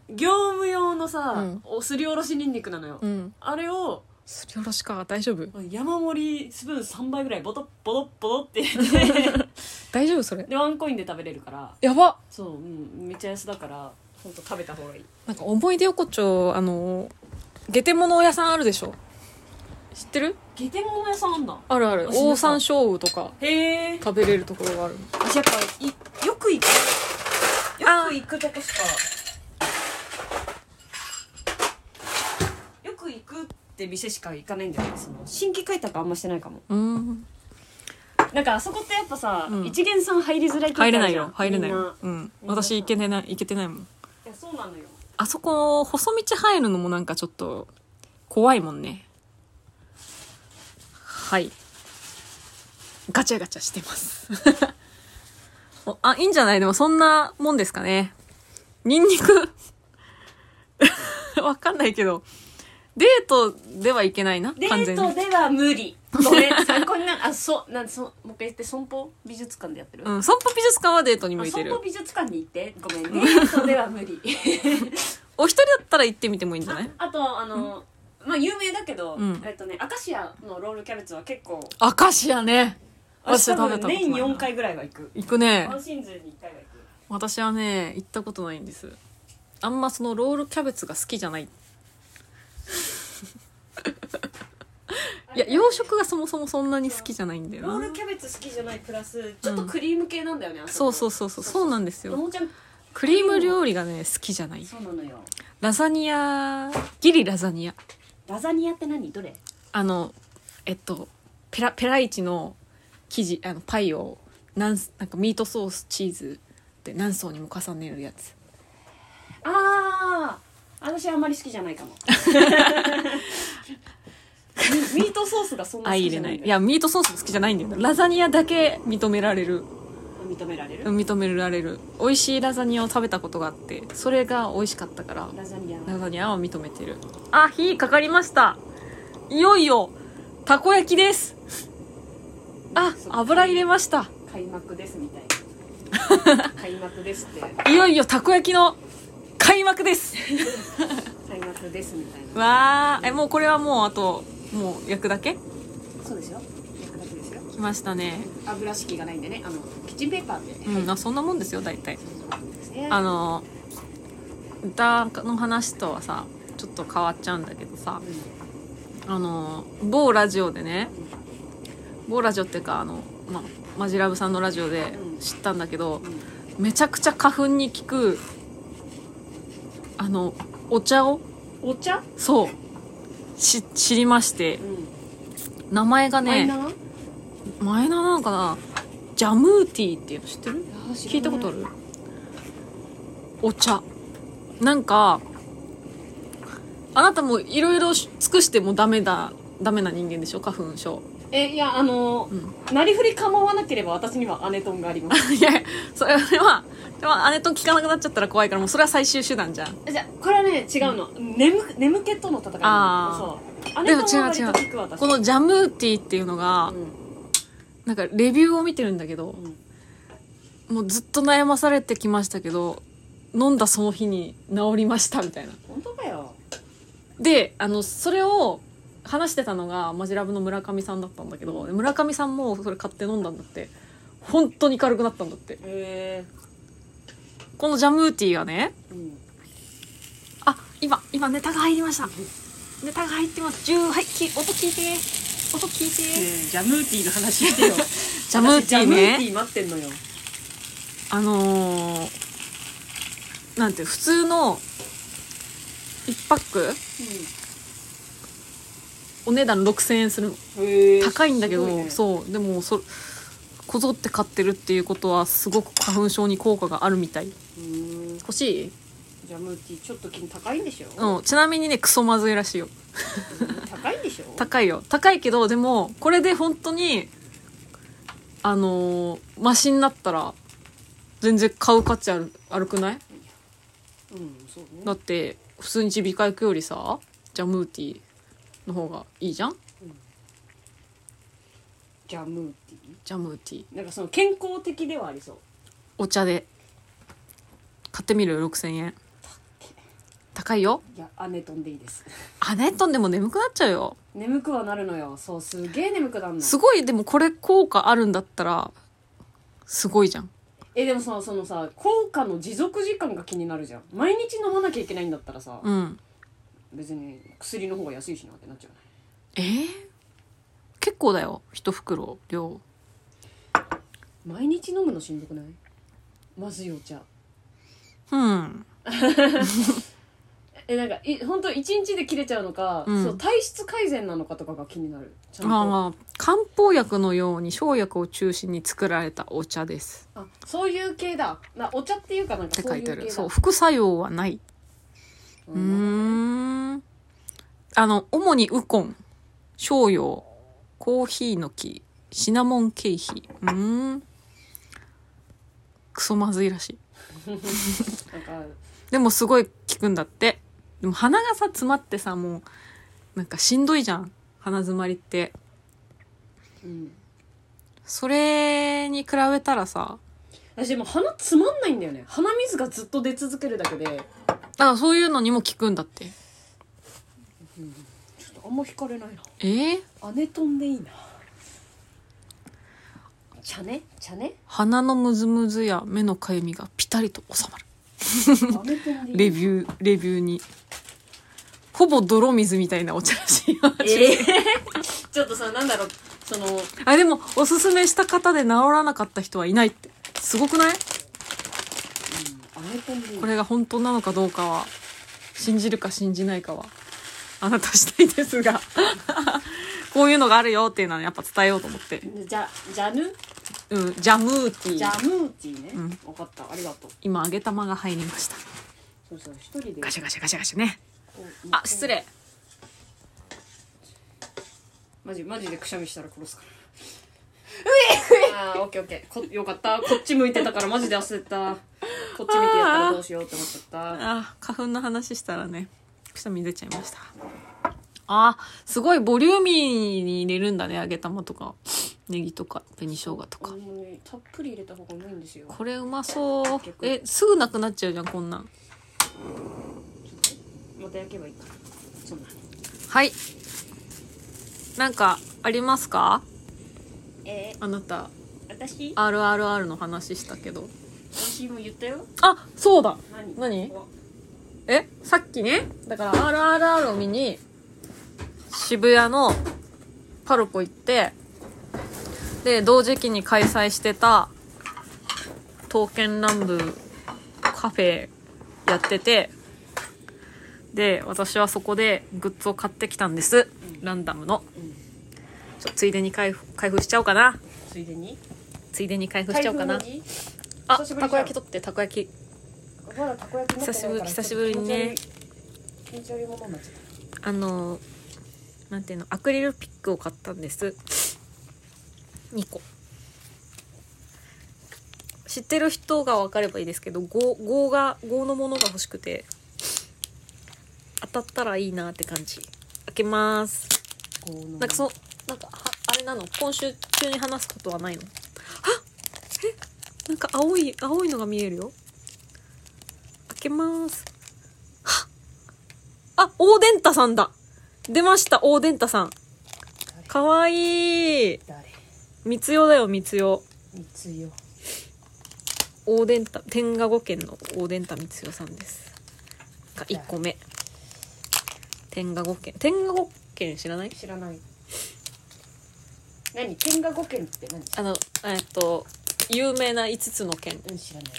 業務用のさ、
うん
おすりおろしニンニクなのよ、
うん
あれを
すりおろしか大丈夫
山盛りスプーン3倍ぐらいボトッボトッボトッって入 れて
大丈夫それ
でワンコインで食べれるから
やば
そう、うん、めっちゃ安だから本当食べた方がいい
なんか思い出横丁あの下手物屋さんあるでしょ知ってる
下手物屋さんあんだ
あるある
あ知らなかった
オオサンショウウとか
へえ
食べれるところがある
私やっぱいよく行くよく行くとこしかよく行くって店しか行かないんだよねその新規開拓あんましてないかも
うん
なんかあそこってやっぱさ、
うん
一元さん入りづらい空間
入れない
じゃん
よ入れない
みん
ようん
みんな
私行けてない行けてないもん
いやそうなのよ
あそこ細道入るのもなんかちょっと怖いもんねはいガチャガチャしてます おあいいんじゃないでもそんなもんですかねニンニク わかんないけどデートではいけないな
デ
完
ー
全
ト
に
では無理ごめん参考になるあそうなんそもう一回言って損保美術館でやってる、
うん損保美術館はデートに
あ
向いて
損
る
保美術館に行ってごめんデ ートでは無理
お一人だったら行ってみてもいいんじゃない
あとあの、まあ有名だけど、
うん
えっとねアカシアのロールキャベツは結構
アカシアね私
私多
食べ
分
たことない
年4回ぐらいは行く
行くね
ワンシーズンに1回は行く
私はね行ったことないんですあんまそのロールキャベツが好きじゃないいや洋食がそもそもそんなに好きじゃないんだよ
ロー
な
ルキャベツ好きじゃないプラスちょっとクリーム系なんだよね、あ
そうそう
そ
そうそうそうなんです
うの
よ
もちゃん
クリーム料理がね好きじゃない
そうなのよ
ラザニアギリラザニア
ラザニアって何どれ
あのえっとペラペライチの生地あのパイをなんなんかミートソースチーズで何層にも重ねるやつ
ああ私あんまり好きじゃないかも ミミートソースがそんな好
相
き
入
じ
れ
ゃな
ないい
ん
い
だよ
やミートソース好きじゃないんだよラザニアだけ認められる
認められる、
認められる美味しいラザニアを食べたことがあってそれが美味しかったから
ラザニア
ラザニアは認めてるあ火かかりましたいよいよたこ焼きですあ油入れました
開幕ですみた いな開幕ですって
いよいよたこ焼きの開幕です
開幕ですみたいな
わーえもうこれはもうあともう焼くだけ
そうですよ開幕ですよ
きましたね
油敷きがないんでねあのキッチンペーパーで、ね
うんあそんなもんですよ大体あ
あの、
の歌の話とはさちょっと変わっちゃうんだけどさあの某ラジオでね某ラジオっていうかあの、まあ、マジラブさんのラジオで知ったんだけど
うん
めちゃくちゃ花粉に効くあのお茶を
お茶、
そうし知りまして名前が
マイ
ね
ナー
前のなのかなジャムーティーっていうの知ってる聞いたことあ
る
るお茶なんかあなたもいろいろ尽くしてもダメだダメな人間でしょ花粉症
えいやあの、なりふり構わなければ私には姉とんがありま す
いやいやそれはでも姉と聞かなくなっちゃったら怖いからもうそれは最終手段じゃん
じゃあこれはね違うの、眠眠気との戦いなの
あ
そう
で
姉
も
とんは割
違う違
と
う
聞く私
このジャムーティーっていうのが、
うん
なんかレビューを見てるんだけど
うん
もうずっと悩まされてきましたけど飲んだその日に治りましたみたいな
本当かよ
であのそれを話してたのがマジラブの村上さんだったんだけど村上さんもそれ買って飲んだんだって本当に軽くなったんだって
え
このジャムーティーがね
ー、うん
あ今今ネタが入りましたネタが入ってます10はいき音聞いて音聞
え
いて
ージャムーティーの話してよ
ジャムーティー
私ジャムーティ
ね
ー待ってんのよ
あのー、なんていう普通の1パックお値段6000円する
へー
高いんだけど、
すごいね
そうでもそこぞって買ってるっていうことはすごく花粉症に効果があるみたいう
ーん
欲しい、
ジャムーティーちょっと金高いんでしょ、
うん、ちなみにねクソまずいらしいよ
高いんでしょ
高いよ高いけどでもこれで本当にあのーマシになったら全然買う価値あるあるくない
うんそう
だ
ね
って普通に耳鼻科行くよりさジャムーティーの方がいいじゃん
ジャムーティー
ジャムーティー
なんかその健康的ではありそう
お茶で買ってみる6000円高いよ
いや雨飛んでいいです
あネットンでも眠くなっちゃうよ
眠くはなるのよそうすげえ眠くなるの
すごいでもこれ効果あるんだったらすごいじゃん
えでもさそのさ効果の持続時間が気になるじゃん毎日飲まなきゃいけないんだったらさ、
うん
別に薬の方が安いしなってなっちゃうね
えー、結構だよ一袋量
毎日飲むのしんどくないまずいお茶
うん
えなんかい本当一日で切れちゃうのか、
うん
そう体質改善なのかとかが気になるちゃんとあ
ああ漢方薬のように生薬を中心に作られたお茶です
そういう系だなお茶っていうかなん
って
かそ
書
うい
いうて
系
あ
だ
るそう副作用はないううー
ん
んあの主にウコン商用コーヒーの木シナモン経費うーんクソまずいらしい
なんか
でもすごい効くんだってでも鼻がさ詰まってさもうなんかしんどいじゃん鼻詰まりって
うん
それに比べたらさ
私でも鼻つまんないんだよね鼻水がずっと出続けるだけでちょ
だからそういうのにも効くんだって
っとあんま惹かれないな
えー、
姉飛んでいいな茶ね茶ね
鼻のムズムズや目のかゆみがピタリと収まる
姉飛んでい
レ
い
ビューレビューにほぼ泥水みたいなお茶らしいよ
えーちょっとさなんだろうその
あでもおすすめした方で治らなかった人はいないってすごくない
姉飛んでいい
これが本当なのかどうかは信じるか信じないかはあなた次第ですが こういうのがあるよっていうのはやっぱ伝えようと思って、
じゃジャヌ
うん、ジャムーティ
ジ
ー
ャムーティーね、
ん
分かったありがとう
今揚げ玉が入りました
そうそう一人で
ガシャガシャガシャガシャね
こう
あ失礼
マジマジでくしゃみしたら殺すからああオッケーオッケーこよかったこっち向いてたからマジで焦ったこっち見てやったらどうしようって思っちゃった
あ花粉の話したらねくしゃみ出ちゃいましたあすごいボリューミーに入れるんだね揚げ玉とかネギとか紅生姜と
あ
か
んまりたっぷり入れた方がうまいんですよ
これうまそうえすぐなくなっちゃうじゃんこんなん
また焼けばいいかそんな
はいなんかありますか
え
あなた
私
RRR の話したけど
私も言ったよ
あそうだ
何
何えさっきねだから RRR を見に渋谷のパルコ行ってで同時期に開催してた刀剣乱舞カフェやっててで私はそこでグッズを買ってきたんですランダムの
うん
ちょついでに開封開封しちゃおうかな
ついでに
ついでに開封しちゃおうかな
開封の儀
あ
久しぶりじゃん
たこ焼き取ってたこ焼き
まだたこ焼き持ってない
久し
から
ぶり久しぶりにね
気持ち悪いものになっちゃった
あのなんていうのアクリルピックを買ったんです2個知ってる人が分かればいいですけど5号が5のものが欲しくて当たったらいいなって感じ開けますなんかそなんかはあれなの今週中に話すことはないのあえなんか青い青いのが見えるよ開けますはあオーデンタさんだ出ましたおでんたさんかわいい
誰
密代だよ密代
三よ
おでんた天下五県のおでんた密代さんですが1個目天下五県天下五県知らない
知らない何天下五県って何
あのえっと有名な5つの県
うん知らない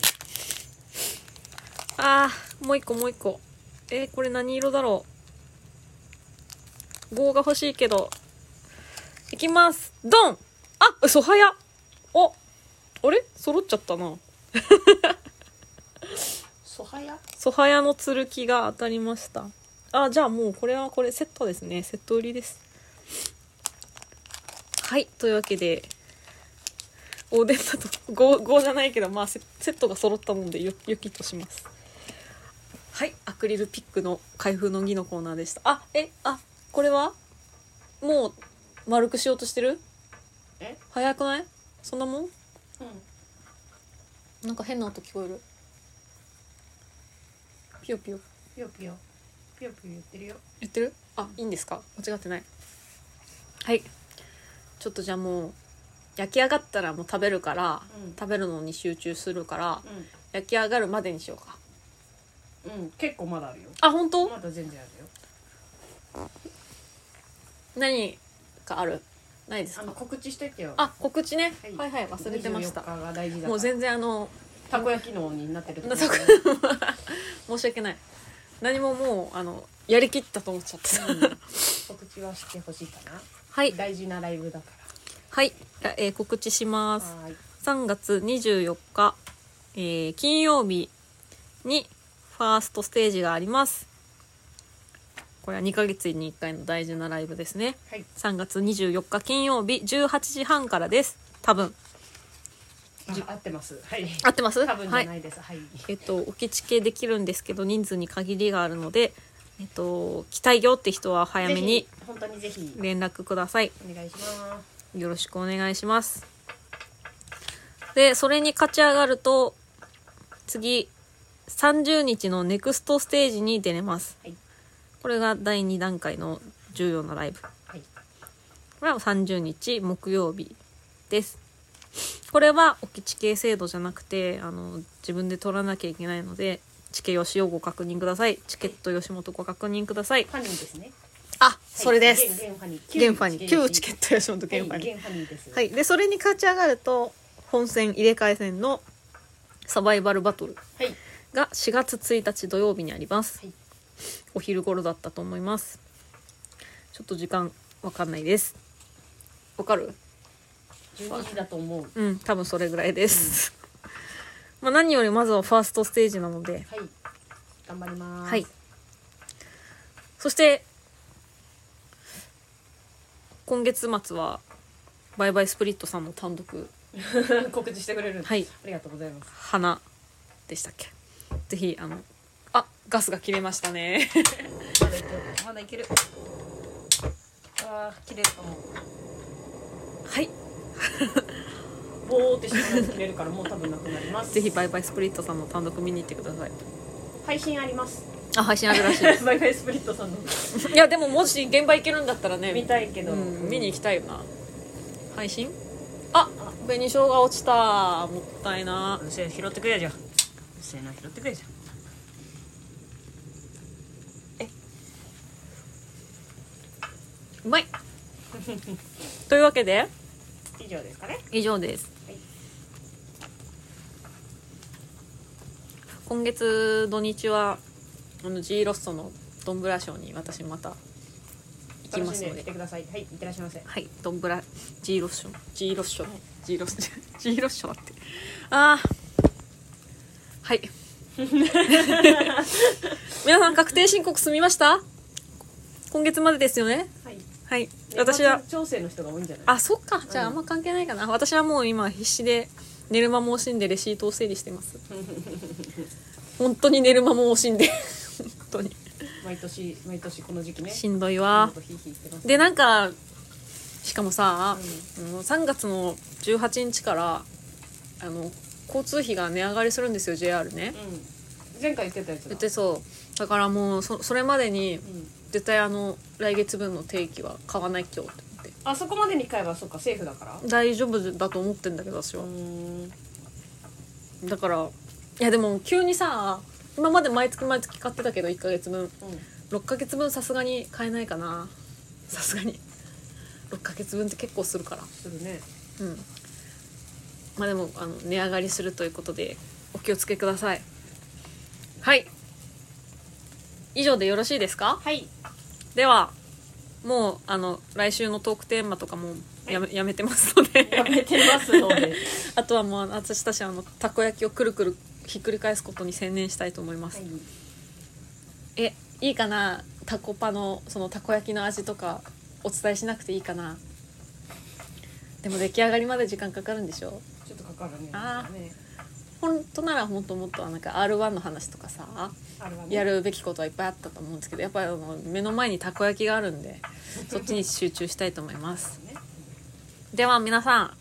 あーもう一個もう一個えーこれ何色だろう棒が欲しいけどいきますドンあ嘘早っおあれ揃っちゃったな
ソハヤ
ソハヤの剣が当たりましたあじゃあもうこれはこれセットですねセット売りですはいというわけでおでんだと 5, 5じゃないけどまあセセットが揃ったもんでよよきとしますはいアクリルピックの開封の儀のコーナーでしたあえあこれはもう丸くしようとしてる
え
早くないそんなもん
うん
なんか変な音聞こえるピヨピヨ
ぴよぴよぴよぴよ言ってるよ
言ってるあいいんですか間違ってないはいちょっとじゃあもう焼き上がったらもう食べるから、
うん
食べるのに集中するから
う
焼き上がるまでにしようか
んうん結構まだあるよ
あ本当
まだ全然あるよ
何かあるないです
あ
か
の告知してってよ
あ告知ね、
は
はいい、はい忘れてました
24日が大事だから
もう全然あの
たこ焼きのになってると思う
たこ申し訳ない何ももうあのやりきったと思っちゃった
うん 告知はしてほしいかな
はい
大事なライブだか
はい、えー告知しま
ら
す
はーい
3月24日、えー金曜日にファーストステージがありますこれは2ヶ月に1回の大事なライブですね
はい
3月24日金曜日18時半からです多分
あ合ってますはい
合ってます
多分じ
は
ゃ
い
ないですはい
えっと、置き付けできるんですけど人数に限りがあるのでえっと来たいよって人は早め
ぜ
に
ひ本当にぜひ
連絡ください
お願いします
よろしくお願いしますでそれに勝ち上がると次30日のネクストステージに出れます、
はい
これが第2段階の重要なライブ
はい
これは30日木曜日ですこれは置き地形制度じゃなくてあの自分で取らなきゃいけないので地形よしをご確認くださいチケットよしもとご確認ください
ファニーですね
あ
はい
それで
現
す
現ファニー
現ファに旧チケ
ッ
ットよしもと
現
現ファに
現ファニーです
はい、でそれに勝ち上がると本戦入れ替え戦のサバイバルバトル
はいはい
が4月1日土曜日にあります、
はい
お昼頃だったと思いますちょっと時間わかんないですわかる
12時だと思うは
うん多分それぐらいです、 まあ何よりまずはファーストステージなので
い頑張ります
はいそして今月末はバイバイスプリットさんの単独
告知してくれる
はい
ありがとうございます
花でしたっけぜひあのあガスが切れましたね
まだいけるまだいけるあー切れるかも
はい
ボーってしてもらって切れるからもう多分なくなります
ぜひバイバイスプリットさんの単独見に行ってください
配信あります
あ配信あるらしいで
バイバイスプリットさんの
す いやでももし現場行けるんだったらね
見たいけど、
うん、見に行きたいよな配信あ紅しょうが落ちたもったいな
うるせえ拾ってくれやじゃんうるせえな拾ってくれやじゃん
う まいというわけで
以上ですかね
以上です、
はい
今月土日はあの G ロッソのドンブラショーに私また行き
楽
ま
し
す
ん
の
で
で
来てくださいはいいってらっしゃいませ
はいドンブラ G ロッショ G ロッショ G ロッショ G ロッショだってあーはい 皆さん確定申告済みました今月までですよね
はい
はい私は
年末調整の人が多いんじゃない
あそっかじゃああんま関係ないかな、私はもう今必死で寝る間も惜しんでレシートを整理してます 本当に寝る間も惜しんで本当に
毎年毎年この時期ね
しんどいわ
ひいひい言ってます
でなんかしかもさ、もう3月の18日からあの交通費が値上がりするんですよ JR ね
うん前回言ってたやつだ
言ってそうだからもうそそれまでに
うん
絶対あの来月分の定期は買わないきょって思って
あそこまでに買えばそっかセーフだから
大丈夫だと思ってんだけど私は
うーん
だからいやでも急にさ今まで毎月毎月買ってたけど1ヶ月分6ヶ月分さすがに買えないかなさすがに6ヶ月分って結構するから
するね
うんまあでもあの値上がりするということでお気をつけくださいはい以上でよろしいですか
はい
ではもうあの来週のトークテーマとかもやめ,、やめてますので
やめてま すので
あとはもう私たちあのたこ焼きをくるくるひっくり返すことに専念したいと思います、えいいかなタコパのそのたこ焼きの味とかお伝えしなくていいかなでも出来上がりまで時間かかるんでしょ
ちょっとかかるね
あー
ね
本当ならもっともっとなんか r 1の話とかさ
あれはね
やるべきことはいっぱいあったと思うんですけどやっぱりあの目の前にたこ焼きがあるんでそっちに集中したいと思います
ね
では皆さん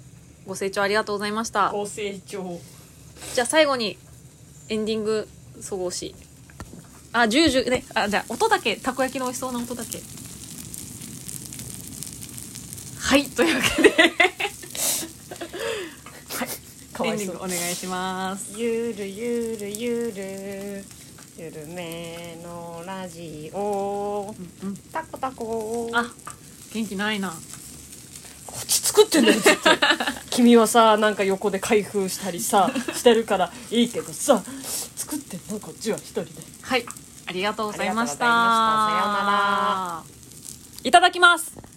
ご清聴ありがとうございました
ご成長
じゃあ最後にエンディング総合しあジュージュねあじゃあ音だけたこ焼きの美味しそうな音だけはいというわけで
か
エ
わ
ン
い
ディン
そ
グお
う
願いします
ゆるゆるゆるゆるめのラジオ
うんうん
タコタコ
あ元気ないな
こっち作ってんだよずっと君はさなんか横で開封したりさしてるからいいけどさ作ってんのこっちは一人で
はいありがとうございました
ありがとうございましたさようなら
いただきます